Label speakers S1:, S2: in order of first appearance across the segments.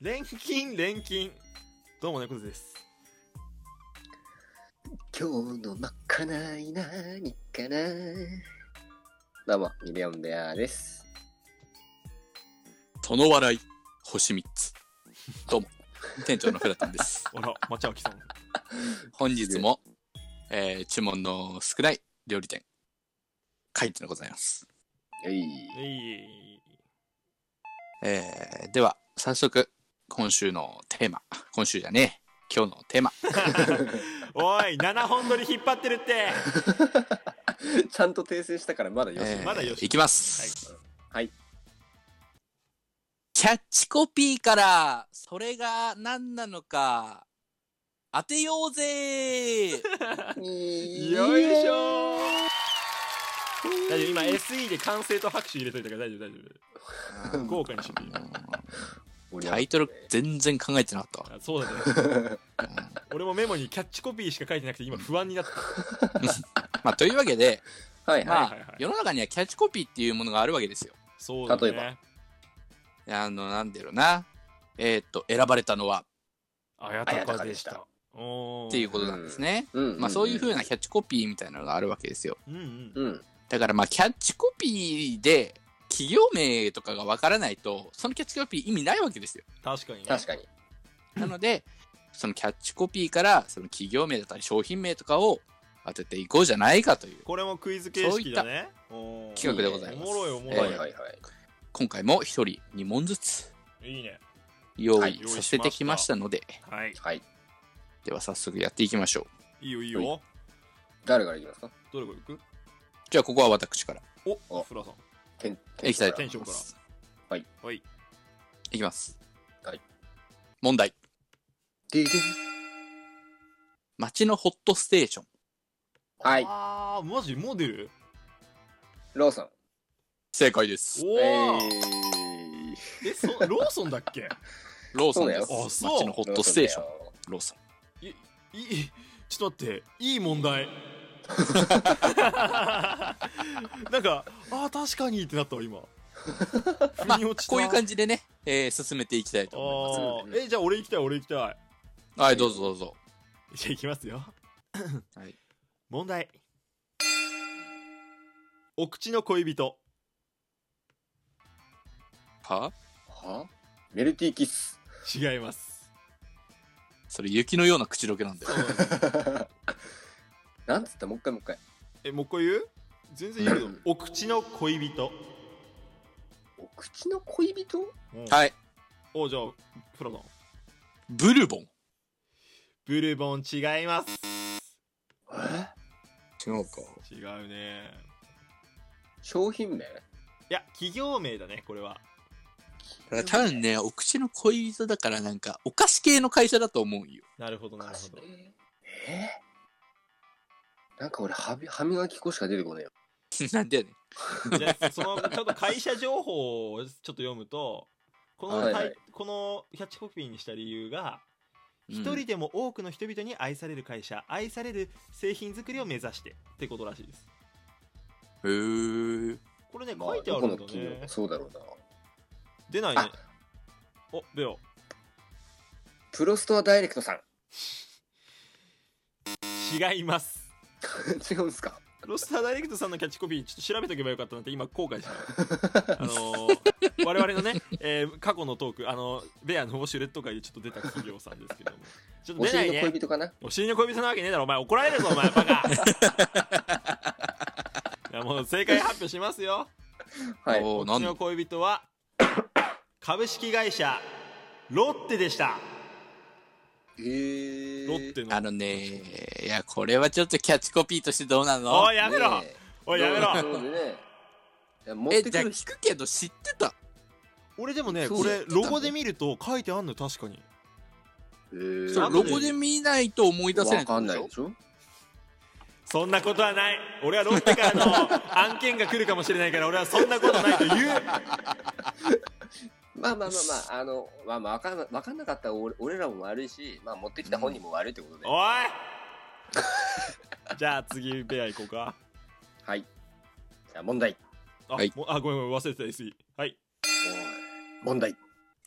S1: 錬金錬金どうも猫背です
S2: 今日のまかないなにかなどうも、ミリオンベアです。
S3: その笑い、星3つ。どう も、店長のフラタンです。
S1: あらまちあきさん
S3: 本日も、えー、注文の少ない料理店、カイチでございます。
S2: えい。
S1: えい
S3: えー、では、早速、今週のテーマ、今週じゃねえ、今日のテーマ、
S1: おい7本撮り引っ張ってるって
S2: ちゃんと訂正したからまだよし。
S3: えー
S1: まだよし
S3: いきます、
S2: はい
S3: キャッチコピーから、それが何なのか、当てよう ぜ
S1: よいしょ大丈夫今 SE で歓声と拍手入れといたから大丈夫大丈夫豪華にしてみる
S2: 俺は
S3: タイトル全然考えてなかったわ
S1: あそうだね俺もメモにキャッチコピーしか書いてなくて今不安になった
S3: まあ、というわけで、
S2: はい
S3: ま
S2: は
S1: は
S3: あ、
S1: いはいはい
S3: 世の中にはキャッチコピーっていうものがあるわけですよ。
S1: そうだね
S2: 例えば
S3: あの、なんだろうな。えーっと、選ばれたのは
S1: あやた
S2: あやた
S1: か
S2: か
S1: で
S2: で
S1: し
S2: したた
S1: おー
S3: っていうことなんですね。
S2: い。うん
S3: まあ、そういう風
S2: な。
S3: なキャッチコピーみたいなのがあるわけですよ。
S1: うんうん
S2: うん。
S3: だから、まあ、キャッチコピーで、企業名とかがわからないと、そのキャッチコピー意味ないわけですよ。
S1: 確かにね
S2: 確かに。
S3: なので、そのキャッチコピーから、その企業名だったり商品名とかを当てていこうじゃないかという
S1: これもクイズ形式だねおー
S3: 企画でございます。
S1: おもろいおも
S2: は
S1: ろ
S2: い
S1: い
S2: はい
S3: えー
S2: はい。
S3: 今回も一人2問ずつ
S1: いいね
S3: 用
S2: は
S3: 意
S2: い
S3: させてきましたので、
S1: はい
S2: はい。
S3: では早速やっていきましょう。
S1: いいよいいよ
S2: 誰からいきますか
S1: どれからいく
S3: じゃあ、ここは私から。
S1: お
S2: お
S1: フラさん
S2: 店
S3: いきたいと
S1: 店
S3: 思い
S1: 長
S3: ま
S1: から
S3: す。
S1: はい
S3: いきます。
S2: はい。
S3: 問題。
S2: ディディ
S3: 町のホットステーション。
S2: はい
S1: あーマジモデル
S2: ローソン。
S3: 正解です。
S1: お
S2: え
S1: ーえそローソンだっけ
S3: ローソンで
S2: そう
S1: だよあ
S3: す。
S1: そう
S3: 町のホ
S2: ホ
S3: ットステーション。ローソン。
S1: いいちょっと待っていい問題 なんかあー確かにってなった わ今
S3: ま
S1: 腑
S3: あ
S1: に落ち、た
S3: こういう感じでね、えー進めていきたいと思
S1: あ
S3: いま
S2: うん
S1: ーえじゃあ俺行きたい俺行きたい
S3: す。はい、どうぞどうぞ。
S1: じゃあ行きますよ
S3: はい
S1: 問題お口の恋人
S3: は
S2: はメルティーキス。
S1: 違います
S3: それ雪のような口どけなんだよ。
S2: なんつったもう一回もう一回。
S1: えもう一回言う全然言うけど
S2: うん
S1: お口の恋人
S2: お口の恋人
S1: い
S3: はい。
S1: おじゃあフラさん
S3: ブルボン。
S1: ブルボン違います
S2: え
S3: 違うか。
S1: 違うね
S2: 商品名
S1: いや企業名だねこれは
S3: 多分ね、お口の恋人だからなんか、お菓子系の会社だと思うよ。
S1: なるほどなるほど
S2: えーなんか俺歯び歯磨き粉しか出てこねえよ
S3: なんでやねん。
S1: じゃあそのちょっと会社情報をちょっと読むとこの,、
S2: はいはい
S1: このキャッチコピーにした理由が
S3: うん
S1: 一人でも多くの人々に愛される会社、愛される製品作りを目指してってことらしいです
S3: へー。
S1: これね
S2: ま
S1: 書いてあ
S2: ど
S1: る
S2: こ
S1: んだ
S2: の企業
S1: ね
S2: もそうだろうな
S1: 出ないねおベロ
S2: プロストアダイレクトさん
S1: 違います
S2: 違うんすか
S1: ロスターダイレクトさんのキャッチコピーちょっと調べとけばよかったなって今後悔 したあのー我々のね、えー過去のトークあのベアのウォシュレット会でちょっと出た企業さんですけどもちょっと
S2: お
S1: 出ない
S2: 尻の
S1: ね
S2: 恋人かな
S1: お尻の恋人なわけねえだろお前怒られるぞお前バカ いやもう正解発表しますよ
S2: はい
S3: おー
S1: お
S3: な
S1: 口
S3: ん
S1: の恋人は株式会社ロッテでした
S2: えー
S1: ロッテの
S3: あのね、いや、これはちょっとキャッチコピーとしてどうなの
S1: おいやめろ
S2: ねえ
S1: おいやめろ
S2: そうでねいや持っ
S3: え、
S2: て
S3: じゃあ
S2: くる
S3: 聞くけど知ってた
S1: 俺でもね
S2: そう
S1: これロゴで見ると書いてあんのよ確かに
S2: えー
S3: それ
S1: う
S3: ロゴで見ないと思い出せない
S2: わかんないで
S3: し
S2: しょ
S1: そんなことはない俺はロッテからの案件が来るかもしれないから俺はそんなことないと言う
S2: まあまあまあまああのまあまあわかんなわかんなかった俺俺らも悪いしまあ持ってきた本人も悪いってことで、
S1: おいじゃあ次ベア行こうか
S2: はいじゃあ問題
S1: あ,、
S3: はい
S1: もうあごめんごめん忘れてた SE はい
S2: 問題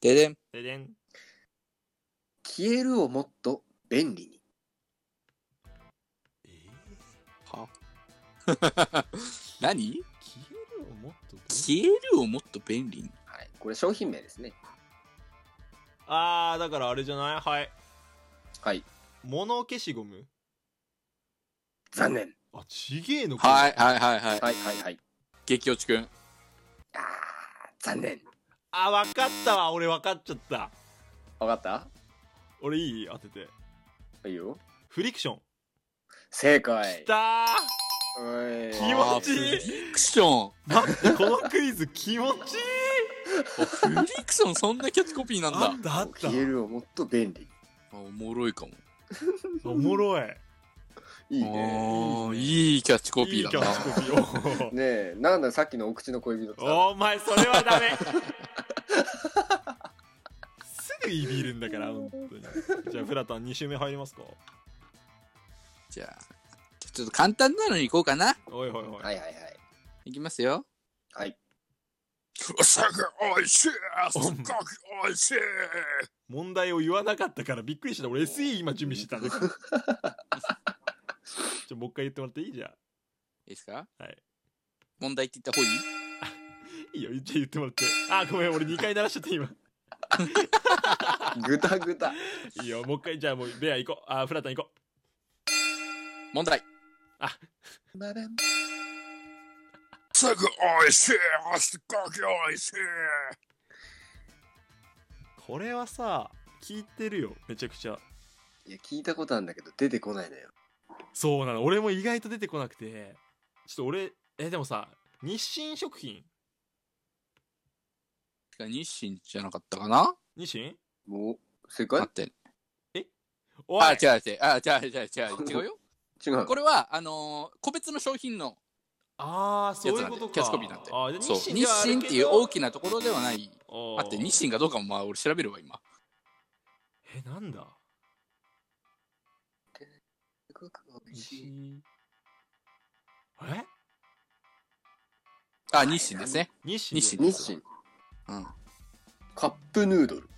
S3: ででん。
S1: ででん。
S2: 消えるをもっと便利に。
S1: え
S3: は 何
S1: 消えるをもっと
S3: 消えるをもっと便利に。
S2: はい。これ商品名ですね。
S1: ああだからあれじゃないはい
S2: はい。
S1: 物消しゴム
S2: 残念。
S1: あちげえのか
S3: はいはいはいはい。
S2: はいはいはい。
S3: 激落ちくん。
S2: あー、残念。
S1: あ分かったわ俺分かっちゃった
S2: わかっ
S1: 俺いい当てて
S2: たいいよ。
S1: フリクション
S2: 正解
S1: き。た
S2: うーい
S1: 気持ちいい
S3: あーフリクション。
S1: ー待ってこのクイズ気持ちいい
S3: あフリクションそんなキャッチコピーなんだ。
S1: あったあった
S2: 消えるをもっと便利
S3: あおもろいかも。
S1: おもろい
S2: に。いいね。
S3: あーいいキャッチコ
S1: い
S3: ピ
S1: い
S3: ー
S1: キ
S3: だ
S1: ャ
S3: な。
S1: ッチコピーを
S2: ねえ、なんださっきのお口の恋人さ。
S1: お前それはダメすぐいびるんだから本当にじゃあフラタン2周目入りますか
S3: じゃあ、ちょっと簡単なのに行こうかな。
S1: おいおいおい、
S2: はいはいはい。
S3: いきますよ。
S2: はい。
S3: すぐおいしいすっ
S1: ごく
S3: おいしい
S1: 問題を言わなかったからびっくりした俺 SE 今準備してたんだけどちょもう一回言ってもらっていいじゃあ
S3: いいですか
S1: はい。
S3: 問題って言った方が
S1: い
S3: いい
S1: いよ、一応言ってもらって。あ、ごめん、俺2回鳴らしちゃった、今。
S2: ぐたぐた。
S1: いいよ、もう一回、じゃあもう、ベア行こう。あ、フラタン行こう。
S3: 問題。
S2: まだ
S3: すぐおいしいすっごくおいしい
S1: これはさ、聞いてるよ、めちゃくちゃ。
S2: いや、聞いたことあるんだけど、出てこないのよ。
S1: そうなの、俺も意外と出てこなくて。ちょっと俺、え、でもさ、日清食品
S3: 日清じゃなかったかな
S1: 日清
S2: もう、正
S3: 待
S2: 解
S3: って。
S1: お
S3: あ、
S1: い
S3: 違う違う。あ、違う違う 違う。違うよ。
S2: 違う。
S3: これは、あのー個別の商品の
S1: あー、そ
S3: や
S1: う
S3: つ
S1: いう
S3: なん
S1: こ
S3: で、
S1: とか。
S3: キャッチコピーなんで。
S1: あじゃあ
S3: そう。日
S1: ではあるけど
S3: 清っていう大きなところではない。
S1: おー
S3: 待って、日清かどうかも、まあ、俺調べれば今。
S1: え、なんだ
S2: すごく美味し
S1: 日
S2: い。
S1: 清え
S3: あ、日清ですね。
S1: 日清
S3: 日清
S2: 日清。
S3: うん。
S2: カップヌードル。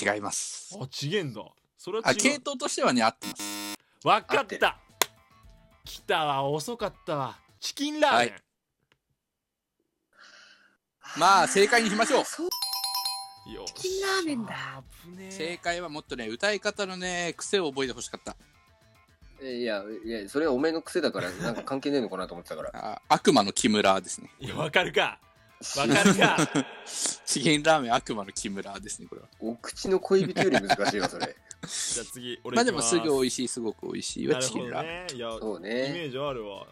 S3: 違います。
S1: あ、ちげえんだ。それは
S3: あ、
S1: 違
S3: 系
S1: う。
S3: 統としてはね、合ってます。
S1: わかっ
S2: 合って
S1: た来たわ、遅かったわ。チキンラーメン。
S3: はいまあ、正解にしましょう。
S1: よ
S2: チキンラーメンだ
S1: だ危ね
S3: 正
S1: え
S3: 解はもっとね、歌い方のね、癖を覚えてほしかった。
S2: えいや、いや、それはお前の癖だから、なんか関係ねえのかなと思ってたから。
S3: あ悪魔の木村で すね。
S1: いやわかるかわ かるか
S3: チキンラーメン悪魔の木村ですね、これは。
S2: お口の恋人より難しい わ、それ。
S1: じゃあ次俺
S3: まあで
S1: 行き
S3: も
S1: ます
S3: ぐ美味しい、すごく美味しい
S1: な
S3: は
S1: る
S3: チキ
S1: ほ
S3: ン
S1: ど
S3: ラーメン。
S1: ねいや
S2: そう
S1: イメ
S2: ね。
S1: ージあるわ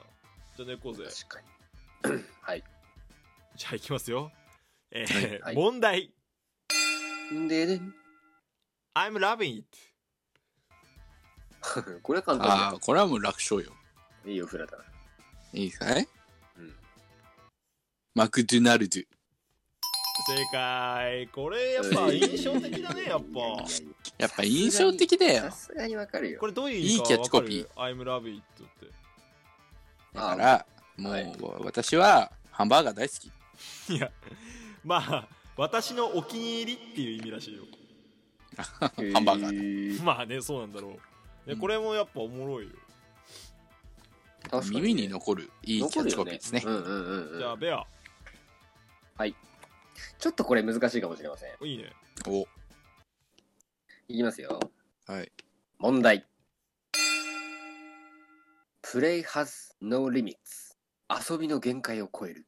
S1: じゃあねこうぜ
S2: 確かに。はい。
S1: じゃあ行きますよえ
S2: はい
S1: ー
S2: はい
S1: 問題
S2: でね。
S1: I'm loving it
S2: これは簡単
S3: あ
S2: だ
S3: あ、これはもう楽勝よ。
S2: よ。いいよ、フラタン。
S3: いいかい
S2: うん
S3: マクドナルド。
S1: 正解これやっぱ印象的だねやっぱ
S3: やっぱ印象的だ
S2: さ
S3: よ。
S2: すがにわかるよ
S1: こ。れどういう意味か
S3: いいキャッチコピー
S1: わかる I'm loving it っ
S3: だから、もう、
S2: はい
S3: 私はハンバーガー大好き。
S1: ていやまあ私のお気に入りっていう意味らしいよ
S3: ハンバーガー
S2: ー
S1: まあねそうなんだろうで
S3: うん
S1: これもやっぱおもろいよ
S3: 耳に残るいいキャッチコピーですね。
S2: うんうんうん
S1: じゃ
S2: う
S1: あ
S2: ん。
S1: ベア
S2: ちょっとこれ難しいかもしれません。
S1: いいね
S3: お、
S2: いきますよ。
S3: はい。
S2: 問題。プレイハ s no limits。遊びの限界を超える。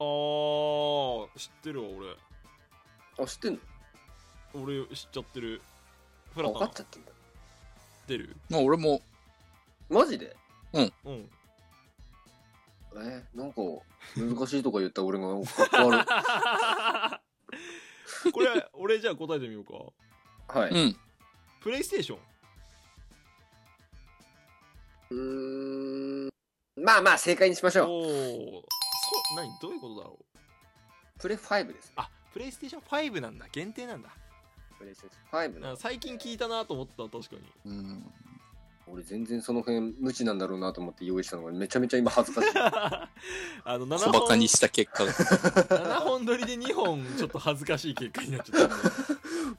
S1: あー知ってるわ
S2: あ、知ってんの
S1: 俺俺知っちゃってるフラ
S2: 分
S1: タ
S2: か
S1: ン
S2: っちゃってんだ。
S1: 出る
S3: まあ俺も、
S2: マジで
S1: うん
S2: えー、なんか、難しいとか言った俺がなんかかっこ悪
S1: これは俺じゃあ答えてみようか
S2: い。は
S3: う
S2: い。
S3: ん。
S1: プレイステーション
S2: うーん。まあまあ、正解にしまし
S1: お
S2: ょう。
S1: おそう何どういうことだろう
S2: プレ5です。
S1: あプレイステーション5なんだ限定なんだ
S2: プレイステーション5
S1: なんか。
S2: の
S1: 最近聞いたなと思った確かに
S3: うん
S2: 俺全然その辺無知なんだろうなと思って用意したのがめちゃめちゃ今恥ずかしい。
S1: あの7
S3: 小バカ
S1: 本
S3: にした結果が
S1: 7本撮りで2本ちょっと恥ずかしい結果 になっちゃったんで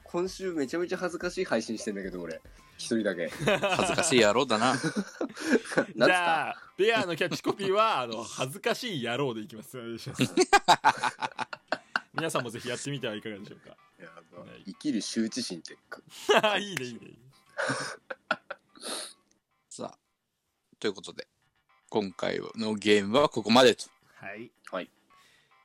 S2: 今週めちゃめちゃ恥ずかしい配信してんだけど俺。一人 だけ。
S3: 恥ずかしい野郎だな。
S2: なん
S1: じ
S2: つった
S1: ゃあベアのキャッチコピーはあの恥ずかしい野郎でいきますお願いします 皆さんもぜひやってみてはいかがでしょうか
S2: やば
S1: はい
S2: 生きる羞恥心ってか
S1: あいいねいいねいいね
S3: さあ、ということで、今回のゲームはここまでと。
S1: はい
S2: はい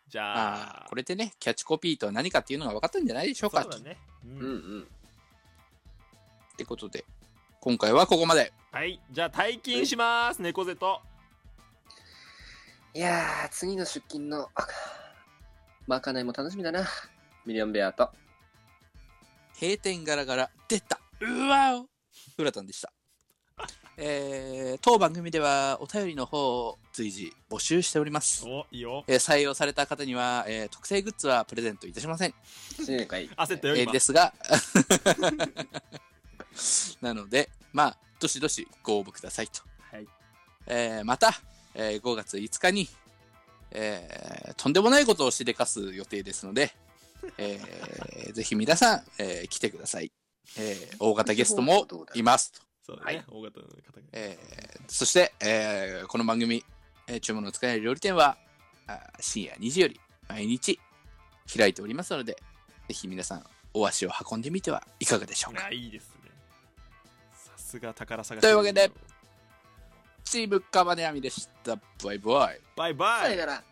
S1: じゃ
S3: あ
S1: あ
S3: あ、これでね、キャッチコピーとは何かっていうのが分かったんじゃないでしょう
S1: そ
S3: か
S1: う
S3: と。
S1: だね、うん
S2: うんうん。
S3: ってことで、今回はここまで。
S1: はいじゃあ退勤します猫背と
S2: いやー、次の出勤の、あまかないも楽しみだな。ミリオンベアと。
S3: 閉店ガラガラ出たうわおフラタンでしたえー、当番組ではお便りの方を随時募集しております、
S1: おいいよ
S3: えー採用された方には、えー特製グッズはプレゼントいたしません、
S2: 新年会。
S1: 焦った
S3: え
S1: よ
S3: ー
S1: 今
S3: ですが なのでまあどしどしご応募くださいと、
S1: はい
S3: えーまた、えー5月5日に、えーとんでもないことをしでかす予定ですので、えーぜひ皆さん、えー来てください、えー大型ゲストも
S2: どうだ
S3: いますと、
S1: そうだね、
S2: はい
S1: 大型の方が
S3: えーそして、えーこの番組、えー注文の使えない料理店はあー深夜2時より毎日開いておりますのでぜひ皆さんお足を運んでみてはいかがでしょうか
S1: あいいですねさすが宝探し
S3: というわけでチームカバネアミでしたバイバイ
S1: バイバ
S2: さ
S1: イ
S2: よなら。